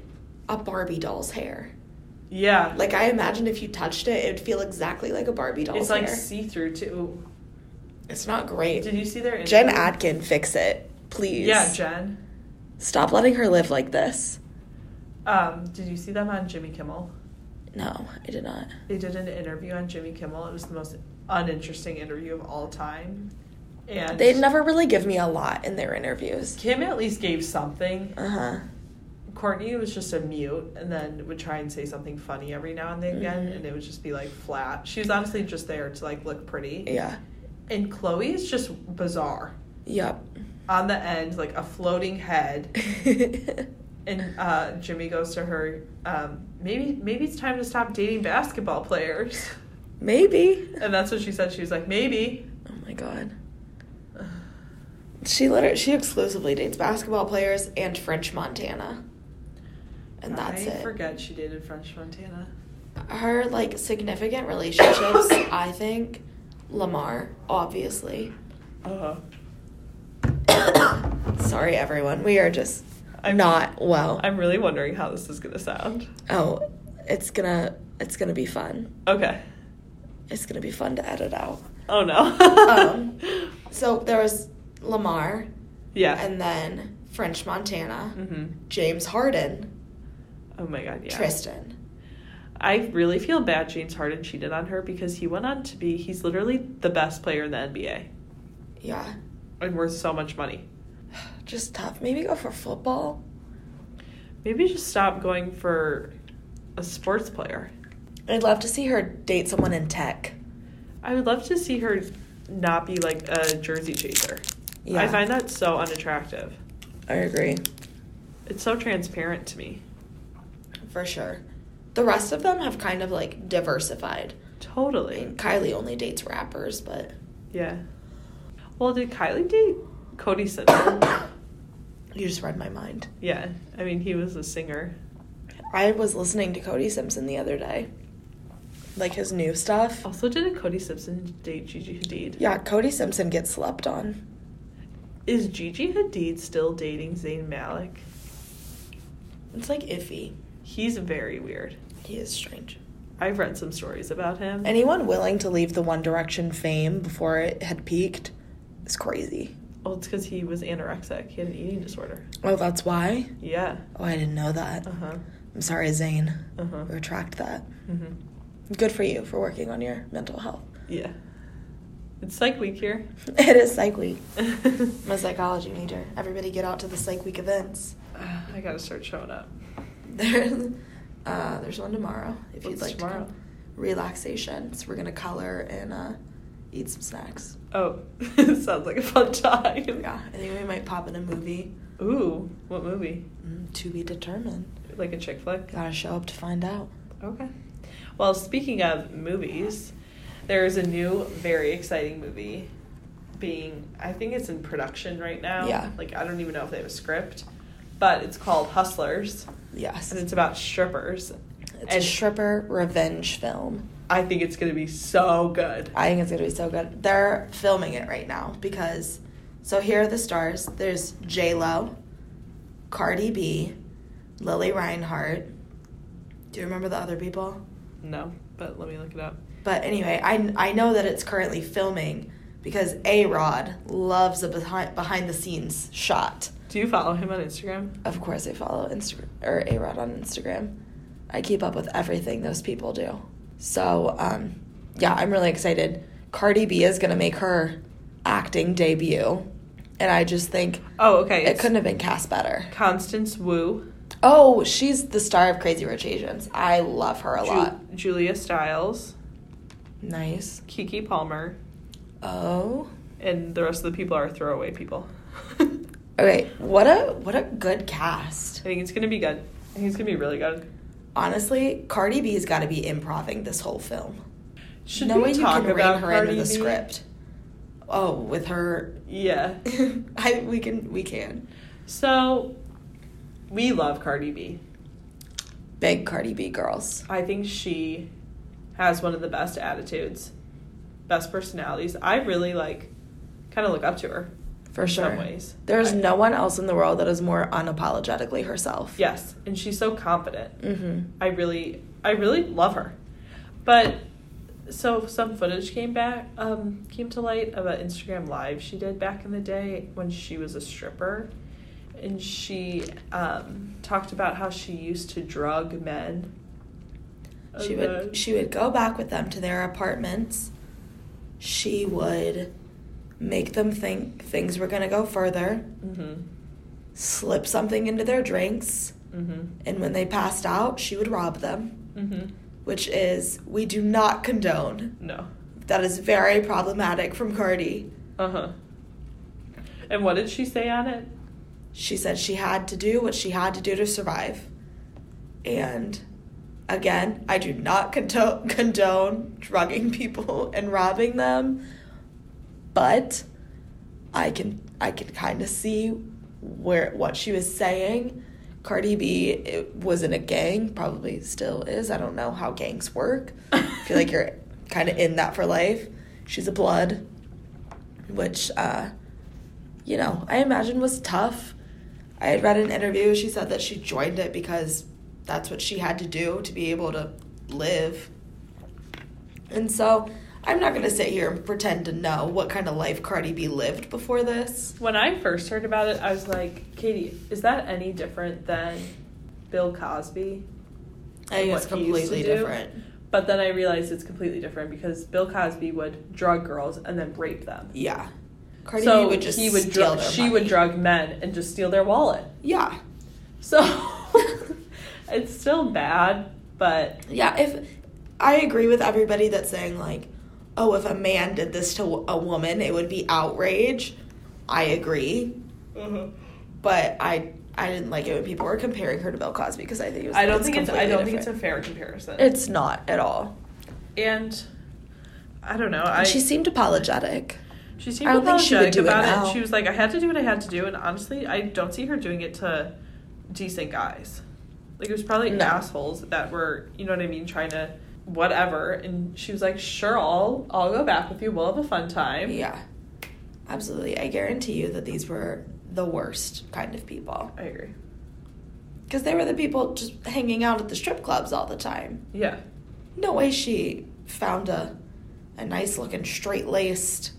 Speaker 1: a Barbie doll's hair.
Speaker 2: Yeah.
Speaker 1: Like I imagine if you touched it, it would feel exactly like a Barbie doll's
Speaker 2: it's like
Speaker 1: hair.
Speaker 2: see through too.
Speaker 1: it's not great.
Speaker 2: Did you see their interview?
Speaker 1: Jen Atkin, fix it, please.
Speaker 2: Yeah, Jen.
Speaker 1: Stop letting her live like this.
Speaker 2: Um, did you see them on Jimmy Kimmel?
Speaker 1: No, I did not.
Speaker 2: They did an interview on Jimmy Kimmel. It was the most uninteresting interview of all time. And
Speaker 1: They never really give me a lot in their interviews.
Speaker 2: Kim at least gave something.
Speaker 1: Uh huh.
Speaker 2: Courtney was just a mute and then would try and say something funny every now and then again
Speaker 1: Mhm.
Speaker 2: and it would just be like flat. She was honestly just there to like look pretty.
Speaker 1: Yeah.
Speaker 2: And Chloe is just bizarre.
Speaker 1: Yep.
Speaker 2: On the end, like a floating head. And uh, Jimmy goes to her. Um, maybe maybe it's time to stop dating basketball players.
Speaker 1: Maybe.
Speaker 2: And that's what she said. She was like, maybe.
Speaker 1: Oh my god. She literally she exclusively dates basketball players and French Montana. And that's
Speaker 2: I
Speaker 1: it.
Speaker 2: forget she dated French Montana.
Speaker 1: Her like significant relationships, I think Lamar, obviously.
Speaker 2: Uh,
Speaker 1: Sorry, everyone. We are just
Speaker 2: I'm-
Speaker 1: not well.
Speaker 2: I'm really wondering how this is gonna sound.
Speaker 1: oh, it's gonna it's gonna be fun.
Speaker 2: Okay.
Speaker 1: It's gonna be fun to edit out.
Speaker 2: Oh no.
Speaker 1: Um, So there was Lamar,
Speaker 2: yeah.
Speaker 1: and then French Montana,
Speaker 2: Mhm.
Speaker 1: James Harden,
Speaker 2: Oh my god. Yeah.
Speaker 1: Tristan.
Speaker 2: I really feel bad James Harden cheated on her because he went on to be he's literally the best player in the NBA
Speaker 1: Yeah,
Speaker 2: and worth so much money.
Speaker 1: just tough. Maybe go for football.
Speaker 2: Maybe just stop going for a sports player.
Speaker 1: I'd love to see her date someone in tech.
Speaker 2: I would love to see her not be like a jersey chaser.
Speaker 1: Yeah,
Speaker 2: I find that so unattractive.
Speaker 1: I agree
Speaker 2: It's so transparent to me.
Speaker 1: for sure. The rest of them have kind of like diversified. I
Speaker 2: Totally.
Speaker 1: mean, Kylie only dates rappers, but
Speaker 2: Yeah. Well, did Kylie date Cody Simpson?
Speaker 1: you just read my mind.
Speaker 2: yeah. I mean, he was a singer.
Speaker 1: I was listening to Cody Simpson the other day, like his new stuff.
Speaker 2: Also, didn't Cody Simpson date Gigi Hadid?
Speaker 1: Yeah, Cody Simpson gets slept on.
Speaker 2: Is Gigi Hadid still dating Zayn Malik?
Speaker 1: It's like iffy.
Speaker 2: He's very weird.
Speaker 1: He is strange.
Speaker 2: I've read some stories about him.
Speaker 1: Anyone willing to leave the One Direction fame before it had peaked is crazy.
Speaker 2: well, it's because he was anorexic. He had an eating disorder.
Speaker 1: Oh, that's why?
Speaker 2: Yeah.
Speaker 1: Oh, I didn't know that.
Speaker 2: Uh huh.
Speaker 1: I'm sorry, Zane.
Speaker 2: Uh huh.
Speaker 1: Retract that.
Speaker 2: Mm-hmm.
Speaker 1: Good for you for working on your mental health.
Speaker 2: Yeah. It's psych week here.
Speaker 1: It is psych week. I'm
Speaker 2: I
Speaker 1: a psychology major. Everybody get out to the psych week events.
Speaker 2: gotta start showing up.
Speaker 1: There's, uh, there's one tomorrow if you'd
Speaker 2: What's
Speaker 1: like
Speaker 2: tomorrow?
Speaker 1: to come. Relaxation. So we're gonna color and uh, eat some snacks.
Speaker 2: Oh, sounds like a fun time.
Speaker 1: Yeah, I think we might pop in a movie.
Speaker 2: Ooh, what movie?
Speaker 1: Mm, to be determined.
Speaker 2: Like a chick flick?
Speaker 1: Gotta show up to find out.
Speaker 2: Okay. Well, speaking of movies, there is a new, very exciting movie being, I think it's in production right now.
Speaker 1: Yeah.
Speaker 2: Like, I don't even know if they have a script, but it's called Hustlers,
Speaker 1: Yes.
Speaker 2: and it's about strippers.
Speaker 1: It's a
Speaker 2: and-
Speaker 1: stripper revenge film.
Speaker 2: I think it's going to be so good.
Speaker 1: I think it's gonna be so good. They're filming it right now because, so here are the stars. There's J Lo, Cardi B, Lily Reinhart. Do you remember the other people?
Speaker 2: no, but let me look it up.
Speaker 1: But anyway, I, I know that it's currently filming because A Rod loves a behind behind the scenes shot.
Speaker 2: Do you follow him on Instagram?
Speaker 1: Of course, I follow Instagram or A Rod on Instagram. I keep up with everything those people do. So, um, yeah, I'm really excited. Cardi B is gonna make her acting debut, and I just think
Speaker 2: Oh, okay.
Speaker 1: it couldn't have been cast better.
Speaker 2: Constance Wu,
Speaker 1: Oh, she's the star of Crazy Rich Asians. I love her a
Speaker 2: Ju-
Speaker 1: lot.
Speaker 2: Julia Stiles,
Speaker 1: Nice.
Speaker 2: Kiki Palmer,
Speaker 1: Oh.
Speaker 2: and the rest of the people are throwaway people. I
Speaker 1: Okay, what a what a good cast.
Speaker 2: think it's gonna be good. I think it's gonna be really good.
Speaker 1: Honestly, Cardi B's got to be improving this whole film.
Speaker 2: Should
Speaker 1: no
Speaker 2: we
Speaker 1: way
Speaker 2: talk
Speaker 1: you can
Speaker 2: about
Speaker 1: rein her
Speaker 2: Cardi
Speaker 1: into the
Speaker 2: B?
Speaker 1: script. Oh, with her,
Speaker 2: Yeah.
Speaker 1: I we can we can
Speaker 2: So we love Cardi B.
Speaker 1: big Cardi B girls.
Speaker 2: I think she has one of the best attitudes, best personalities. I really like kind of look up to her
Speaker 1: For
Speaker 2: in
Speaker 1: sure.
Speaker 2: some ways.
Speaker 1: There's
Speaker 2: I-
Speaker 1: no one else in the world that is more unapologetically herself.
Speaker 2: Yes, and she's so confident.
Speaker 1: Mm-hmm.
Speaker 2: I really, I really love her. But so some footage came back, um, came to light of an Instagram live she did back in the day when she was a stripper, and she um, talked about how she used to drug men.
Speaker 1: She
Speaker 2: And
Speaker 1: would
Speaker 2: then-
Speaker 1: she would go back with them to their apartments. She would make them think things were gonna go further,
Speaker 2: Mhm.
Speaker 1: slip something into their drinks,
Speaker 2: Mhm.
Speaker 1: and when they passed out, she would rob them,
Speaker 2: Mhm.
Speaker 1: which is we do not condone.
Speaker 2: No.
Speaker 1: That is very problematic from Cardi.
Speaker 2: Uh huh. And what did she say on it?
Speaker 1: She said she had to do what she had to do to survive. And again, I do not condone, condone drugging people and robbing them, but I can I can kind of see where what she was saying. Cardi B it was in a gang, probably still is. I don't know how gangs work. I feel like you're kind of in that for life. She's a blood. which, uh, you know, I imagine was tough. I had read an interview. She said that she joined it because that's what she had to do to be able to live. And so I'm not going to sit here and pretend to know what kind of life Cardi B lived before this.
Speaker 2: When I first heard about it, I was like, Katie, is that any different than Bill Cosby?
Speaker 1: I think it's
Speaker 2: What he used to
Speaker 1: completely
Speaker 2: do.
Speaker 1: different.
Speaker 2: But then I realized it's completely different because Bill Cosby would drug girls and then rape them.
Speaker 1: Yeah. Cardi
Speaker 2: so
Speaker 1: B would just
Speaker 2: he would
Speaker 1: steal
Speaker 2: drug,
Speaker 1: their
Speaker 2: she
Speaker 1: money.
Speaker 2: would drug men and just steal their wallet.
Speaker 1: Yeah.
Speaker 2: So it's still bad, but
Speaker 1: Yeah, if I agree with everybody that's saying like, oh, if a man did this to a woman, it would be outrage. I agree,
Speaker 2: Mm-hmm.
Speaker 1: but I I didn't like it when people were comparing her to Bill Cosby because I think it was.
Speaker 2: I don't think it's I
Speaker 1: completely
Speaker 2: don't think it's a
Speaker 1: different.
Speaker 2: fair comparison.
Speaker 1: It's not at all.
Speaker 2: and I don't know. I
Speaker 1: And she seemed apologetic.
Speaker 2: She seemed
Speaker 1: I don't think she would
Speaker 2: apologetic
Speaker 1: do it
Speaker 2: about it.
Speaker 1: now.
Speaker 2: She was like, I had to do what I had to do, and honestly, I don't see her doing it to decent guys. Like it was probably
Speaker 1: No.
Speaker 2: assholes that were, you know what I mean, trying to whatever. And she was like, sure, I'll I'll go back with you. We'll have a fun time.
Speaker 1: Yeah, absolutely. I guarantee you that these were the worst kind of people
Speaker 2: I agree.
Speaker 1: because they were the people just hanging out at the strip clubs all the time.
Speaker 2: Yeah,
Speaker 1: No way she found a a nice looking straight laced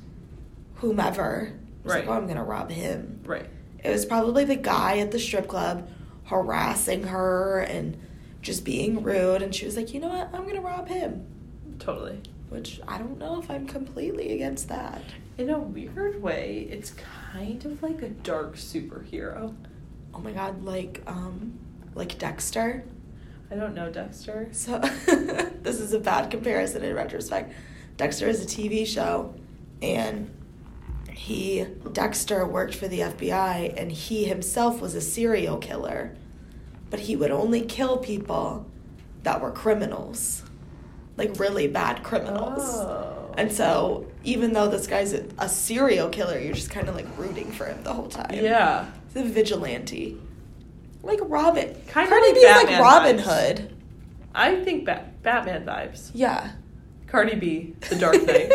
Speaker 1: whomever. Was
Speaker 2: Right.
Speaker 1: Like, oh, I'm gonna rob him.
Speaker 2: right.
Speaker 1: It was probably the guy at the strip club harassing her and just being rude, and she was like, you know what, I'm gonna rob him.
Speaker 2: Totally.
Speaker 1: Which I don't know if I'm completely against that.
Speaker 2: In a weird way, it's kind of like a dark superhero.
Speaker 1: Oh my god, like um, like Dexter.
Speaker 2: I don't know, Dexter.
Speaker 1: So this is a bad comparison in retrospect. Dexter is a TV show, and he Dexter worked for the FBI, and he himself was a serial killer, but he would only kill people that were criminals, like really bad criminals.
Speaker 2: Oh.
Speaker 1: And so, even though this guy's a, a serial killer, you're just kind of like rooting for him the whole time.
Speaker 2: Yeah.
Speaker 1: The vigilante. Like Robin.
Speaker 2: Kinda
Speaker 1: Cardi
Speaker 2: like
Speaker 1: B's
Speaker 2: Batman
Speaker 1: like Robin
Speaker 2: vibes.
Speaker 1: Hood.
Speaker 2: I think Bat- Batman vibes.
Speaker 1: Yeah.
Speaker 2: Cardi B, The Dark Knight.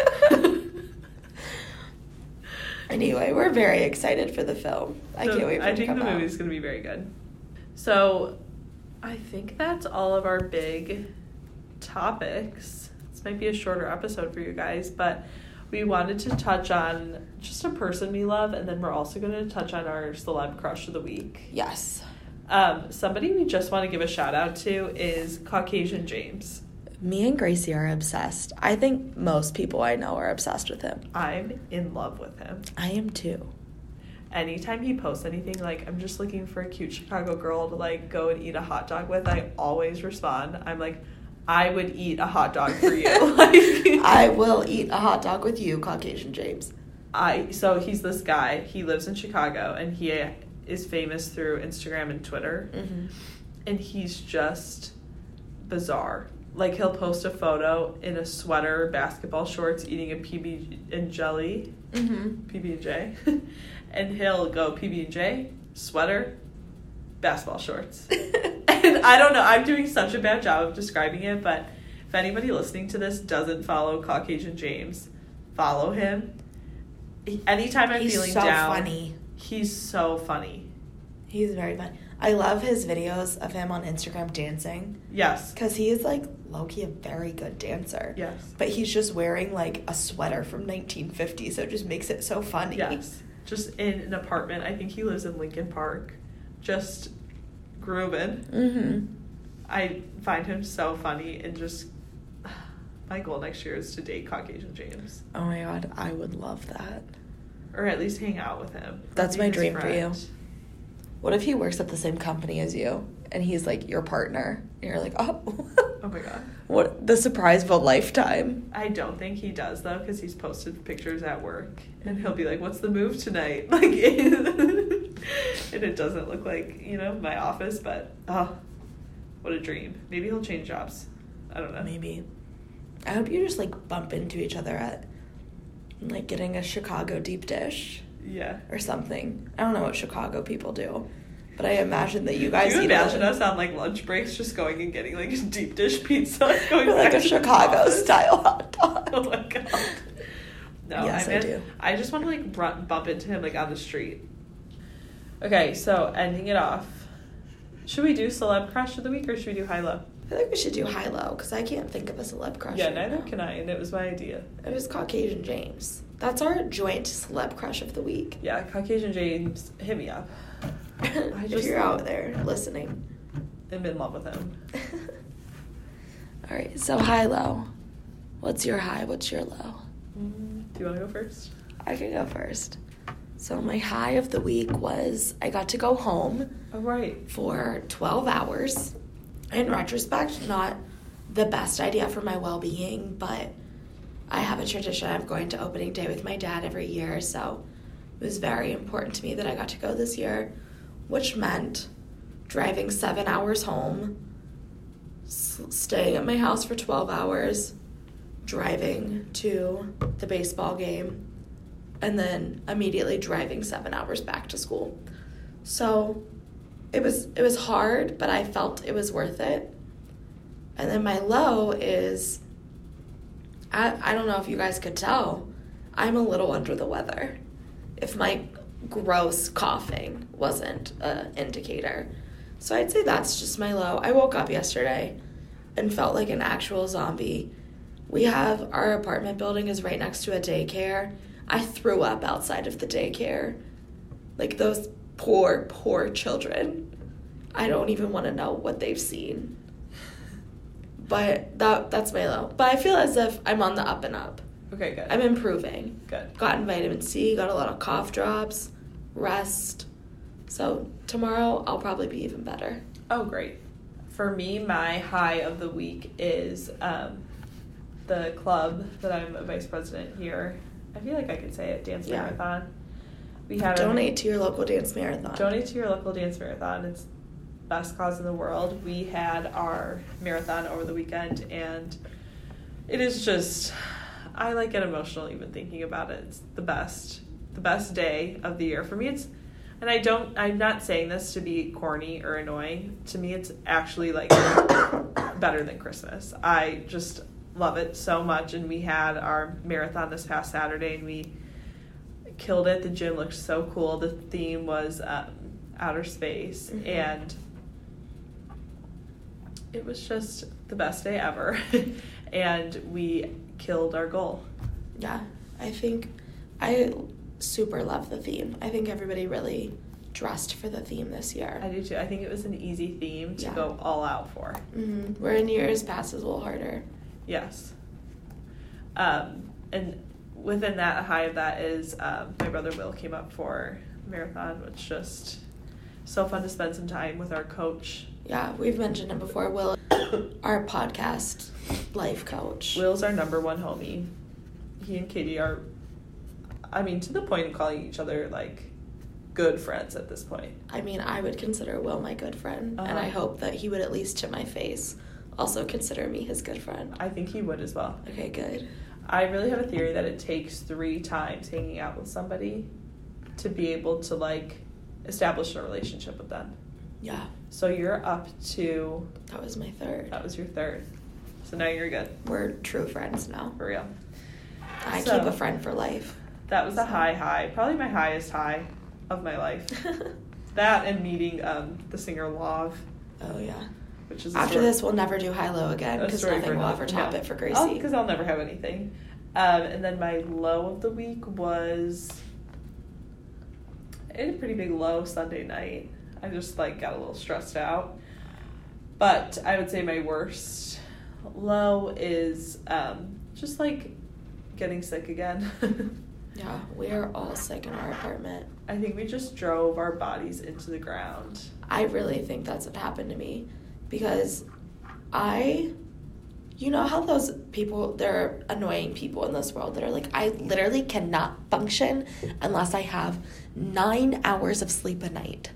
Speaker 1: Anyway, we're very excited for the film. I
Speaker 2: So
Speaker 1: can't wait for it
Speaker 2: I
Speaker 1: to
Speaker 2: think
Speaker 1: come
Speaker 2: the
Speaker 1: out.
Speaker 2: movie's going to be very good. So, I think that's all of our big topics. This might be a shorter episode for you guys, but we wanted to touch on just a person we love, and then we're also going to touch on our celeb crush of the week.
Speaker 1: Yes.
Speaker 2: Um, somebody we just want to give a shout out to is Caucasian James.
Speaker 1: Me and Gracie are obsessed. I think most people I know are obsessed with him.
Speaker 2: I'm in love with him.
Speaker 1: I am too.
Speaker 2: anytime he posts anything like i'm just looking for a cute chicago girl to like go and eat a hot dog with i always respond i'm like i would eat a hot dog for you like
Speaker 1: I will eat a hot dog with you, Caucasian James.
Speaker 2: i so he's this guy he lives in chicago and he is famous through instagram and twitter
Speaker 1: Mm-hmm.
Speaker 2: and he's just bizarre like he'll post a photo in a sweater basketball shorts eating a pb and jelly
Speaker 1: Mm-hmm.
Speaker 2: PB and J, and he'll go PB and J sweater, basketball shorts.
Speaker 1: Mm-hmm.
Speaker 2: and I don't know. I'm doing such a bad job of describing it, but if anybody listening to this doesn't follow Caucasian James, follow him. He- anytime I'm
Speaker 1: He's
Speaker 2: feeling
Speaker 1: so
Speaker 2: down,
Speaker 1: funny.
Speaker 2: he's so funny.
Speaker 1: He's very fun. I love his videos of him on Instagram dancing
Speaker 2: Yes,
Speaker 1: because he is like Loki, a very good dancer.
Speaker 2: yes,
Speaker 1: But he's just wearing like a sweater from 1950, so it just makes it so funny.
Speaker 2: yes. Just in an apartment. I think he lives in Lincoln Park. Just grooving.
Speaker 1: Mm-hmm.
Speaker 2: I find him so funny and just my goal next year is to date Caucasian James
Speaker 1: Oh my god, I would love that.
Speaker 2: or at least hang out with him.
Speaker 1: That's
Speaker 2: Be
Speaker 1: my
Speaker 2: his
Speaker 1: dream for
Speaker 2: friend.
Speaker 1: What if he works at the same company as you and he's like your partner and you're like, oh,
Speaker 2: Oh my god.
Speaker 1: what the surprise of a lifetime?
Speaker 2: I don't think he does though because he's posted pictures at work and he'll be like, "What's the move tonight?" Like, and it doesn't look like you know my office, but oh, what a dream. Maybe he'll change jobs. I don't know.
Speaker 1: Maybe. I hope you just like bump into each other at like getting a Chicago deep dish
Speaker 2: Yeah.
Speaker 1: or something. I don't know what Chicago people do, but I imagine that you
Speaker 2: Can
Speaker 1: guys
Speaker 2: you
Speaker 1: eat a-
Speaker 2: imagine us on like lunch breaks just going and getting like a deep dish pizza? and Going
Speaker 1: Or, like
Speaker 2: back Oh
Speaker 1: a
Speaker 2: to the
Speaker 1: Chicago
Speaker 2: office?
Speaker 1: style hot dog.
Speaker 2: Oh my god. No,
Speaker 1: Yes, I
Speaker 2: meant-
Speaker 1: do.
Speaker 2: I just want to like run, bump into him like on the street. Okay, so ending it off. Should we do celeb crush of the week or should we do high low?
Speaker 1: I think we should do high low because I can't think of a celeb crush.
Speaker 2: Yeah,
Speaker 1: right
Speaker 2: neither
Speaker 1: now.
Speaker 2: can I, and it was my idea.
Speaker 1: It was Caucasian James. That's our joint celeb crush of the week.
Speaker 2: Yeah, Caucasian James hit me up. I
Speaker 1: if
Speaker 2: just-
Speaker 1: you're out there listening.
Speaker 2: I'm in love with him.
Speaker 1: All right, so high low. What's your high? What's your low?
Speaker 2: Mm, Do you want to go first?
Speaker 1: I can go first. So my high of the week was I got to go home
Speaker 2: All right.
Speaker 1: for 12 hours. In retrospect, not the best idea for my well being, but I have a tradition of going to opening day with my dad every year, so it was very important to me that I got to go this year, which meant driving seven hours home, s- staying at my house for 12 hours, driving to the baseball game, and then immediately driving seven hours back to school. So it was it was hard, but I felt it was worth it. And then my low is I I don't know if you guys could tell, I'm a little under the weather. If my gross coughing wasn't a indicator. So I'd say that's just my low. I woke up yesterday and felt like an actual zombie. We have our apartment building is right next to a daycare. I threw up outside of the daycare like those poor poor children i don't even want to know what they've seen but that that's my low but i feel as if i'm on the up and up
Speaker 2: Okay, good.
Speaker 1: i'm improving
Speaker 2: good.
Speaker 1: gotten vitamin c got a lot of cough drops rest so tomorrow i'll probably be even better
Speaker 2: Oh, great. For me, my high of the week is um, the club that I'm a vice president here. I feel like I could say it, Dance
Speaker 1: Yeah.
Speaker 2: Marathon. We have
Speaker 1: donate to your local dance marathon
Speaker 2: donate to your local dance marathon. It's best cause in the world. We had our marathon over the weekend, and it is just I like get emotional even thinking about it. It's the best, the best day of the year for me. It's and I don't. I'm not saying this to be corny or annoying. To me, it's actually like better than Christmas. I just love it so much. And we had our marathon this past Saturday, and we killed it. The gym looked so cool. The theme was um, outer space,
Speaker 1: Mhm.
Speaker 2: and it was just the best day ever. and we killed our goal.
Speaker 1: yeah i think i super love the theme i think everybody really dressed for the theme this year
Speaker 2: I do too. I think it was an easy theme to
Speaker 1: Yeah.
Speaker 2: go all out for.
Speaker 1: Mhm. We're in years past is a little harder.
Speaker 2: Yes. Um, and within that, a high of that is um, my brother Will came up for marathon, which just so fun to spend some time with our coach.
Speaker 1: Yeah, we've mentioned it before. Will, our podcast life coach.
Speaker 2: Will's our number one homie. He and Katie are, I mean, to the point of calling each other like good friends at this point.
Speaker 1: I mean, I would consider Will my good friend, and
Speaker 2: Uh-huh.
Speaker 1: I hope that he would at least to my face also consider me his good friend.
Speaker 2: I think he would as well.
Speaker 1: Okay, good.
Speaker 2: I really have a theory that it takes three times hanging out with somebody to be able to like establish a relationship with them.
Speaker 1: Yeah,
Speaker 2: So you're up to
Speaker 1: that was my third.
Speaker 2: that was your third. So now you're good.
Speaker 1: We're true friends now.
Speaker 2: For real.
Speaker 1: I
Speaker 2: So-
Speaker 1: keep a friend for life.
Speaker 2: That was a high high, probably my highest high of my life. that and meeting um the singer Love,
Speaker 1: oh yeah.
Speaker 2: which is a
Speaker 1: After
Speaker 2: story-
Speaker 1: this, we'll never do high low again
Speaker 2: a
Speaker 1: because
Speaker 2: story
Speaker 1: nothing will
Speaker 2: another-
Speaker 1: ever top
Speaker 2: no.
Speaker 1: it for Gracie.
Speaker 2: Oh, because I'll never have anything. Um, and then my low of the week was I had a pretty big low Sunday night. I just like got a little stressed out. But I would say my worst low is um, just like getting sick again.
Speaker 1: yeah, we are all sick in our apartment.
Speaker 2: I think we just drove our bodies into the ground.
Speaker 1: I really think that's what happened to me because I, you know, how those people, there are annoying people in this world that are like, I literally cannot function unless I have nine hours of sleep a night.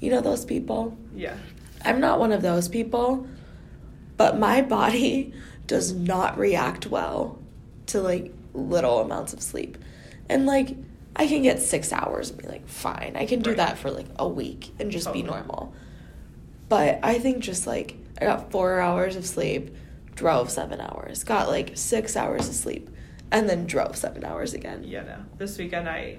Speaker 1: You know, those people?
Speaker 2: Yeah.
Speaker 1: I'm not one of those people, but my body does not react well to like little amounts of sleep. And like I can get 6 hours and be like fine. I can do
Speaker 2: Right.
Speaker 1: that for like a week and just be
Speaker 2: Totally.
Speaker 1: normal. But I think just like I got 4 hours of sleep, drove 7 hours, got like 6 hours of sleep. and then drove seven hours again.
Speaker 2: Yeah, no. This weekend I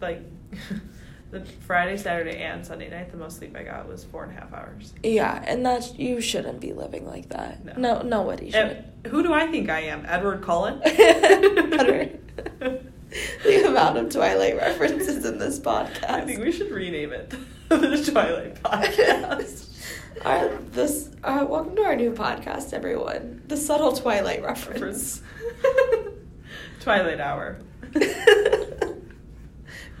Speaker 2: like the Friday, Saturday, and Sunday night. The most sleep I got was four and a half hours.
Speaker 1: Yeah, and that's you shouldn't be living like that.
Speaker 2: No.
Speaker 1: No, nobody should.
Speaker 2: And who do I think I am? Edward Cullen.
Speaker 1: Edward. the amount of Twilight references in this podcast.
Speaker 2: I think we should rename it the Twilight Podcast.
Speaker 1: our this uh, welcome to our new podcast, everyone. The subtle Twilight reference.
Speaker 2: Reference. Twilight Hour.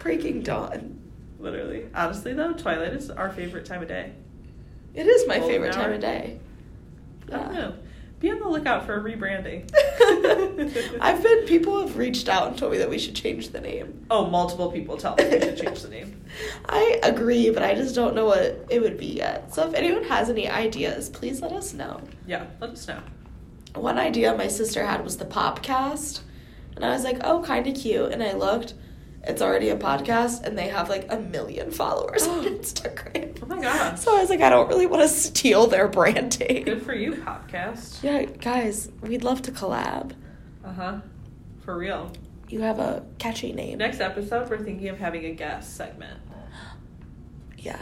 Speaker 1: Breaking dawn.
Speaker 2: Literally. Honestly, though, Twilight is our favorite time of day.
Speaker 1: It is my
Speaker 2: Golden
Speaker 1: favorite time
Speaker 2: hour.
Speaker 1: of day.
Speaker 2: I don't
Speaker 1: Yeah.
Speaker 2: know. Be on the lookout for a rebranding.
Speaker 1: I've been. People have reached out and told me that we should change the name.
Speaker 2: Oh, multiple people tell me we should change the name.
Speaker 1: I agree, but I just don't know what it would be yet. So if anyone has any ideas, please let us know.
Speaker 2: Yeah, let us know.
Speaker 1: One idea my sister had was the podcast, and I was like, "Oh, kind of cute." And I looked, it's already a podcast, and they have like a million followers on Instagram.
Speaker 2: Oh my gosh.
Speaker 1: So I was like, I don't really want to steal their brand name.
Speaker 2: Good for you, podcast.
Speaker 1: Yeah, guys, we'd love to collab.
Speaker 2: Uh huh. For real.
Speaker 1: You have a catchy name.
Speaker 2: Next episode, we're thinking of having a guest segment.
Speaker 1: Yeah.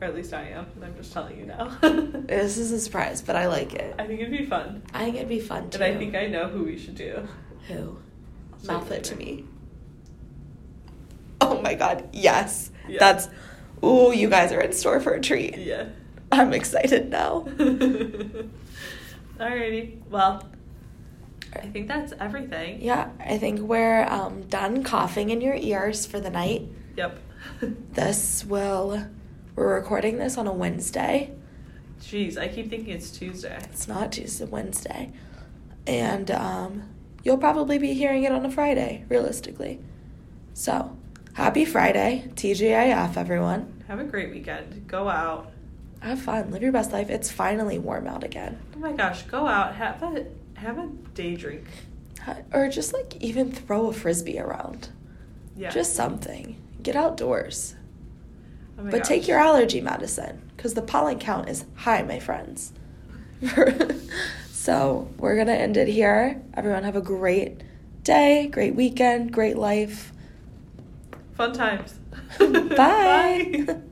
Speaker 2: Or at least I am. and I'm just telling you now.
Speaker 1: This is a surprise, but I like it.
Speaker 2: I think it'd be fun.
Speaker 1: I think it'd be fun too.
Speaker 2: And I think I know who we should do.
Speaker 1: Who?
Speaker 2: I'll
Speaker 1: Mouth
Speaker 2: say
Speaker 1: it to
Speaker 2: later.
Speaker 1: me. Oh my god, yes.
Speaker 2: Yeah.
Speaker 1: That's. Ooh, you guys are in store for a treat.
Speaker 2: Yeah.
Speaker 1: I'm excited now.
Speaker 2: Alrighty. Well, I think that's everything.
Speaker 1: Yeah, I think we're um, done coughing in your ears for the night.
Speaker 2: Yep.
Speaker 1: This will. We're recording this on a Wednesday.
Speaker 2: Jeez, I keep thinking it's Tuesday.
Speaker 1: It's not Tuesday, Wednesday. And um, you'll probably be hearing it on a Friday, realistically. So, happy Friday, TGIF, everyone.
Speaker 2: Have a great weekend. Go out.
Speaker 1: Have fun, live your best life. It's finally warm out again.
Speaker 2: Oh my gosh, go out. Have a have a day drink.
Speaker 1: Ha- Or just like even throw a frisbee around.
Speaker 2: Yeah.
Speaker 1: Just something. Get outdoors.
Speaker 2: Oh my
Speaker 1: but
Speaker 2: gosh.
Speaker 1: take your allergy medicine because the pollen count is high, my friends. so we're going to end it here. Everyone have a great day, great weekend, great life.
Speaker 2: fun times.
Speaker 1: Bye.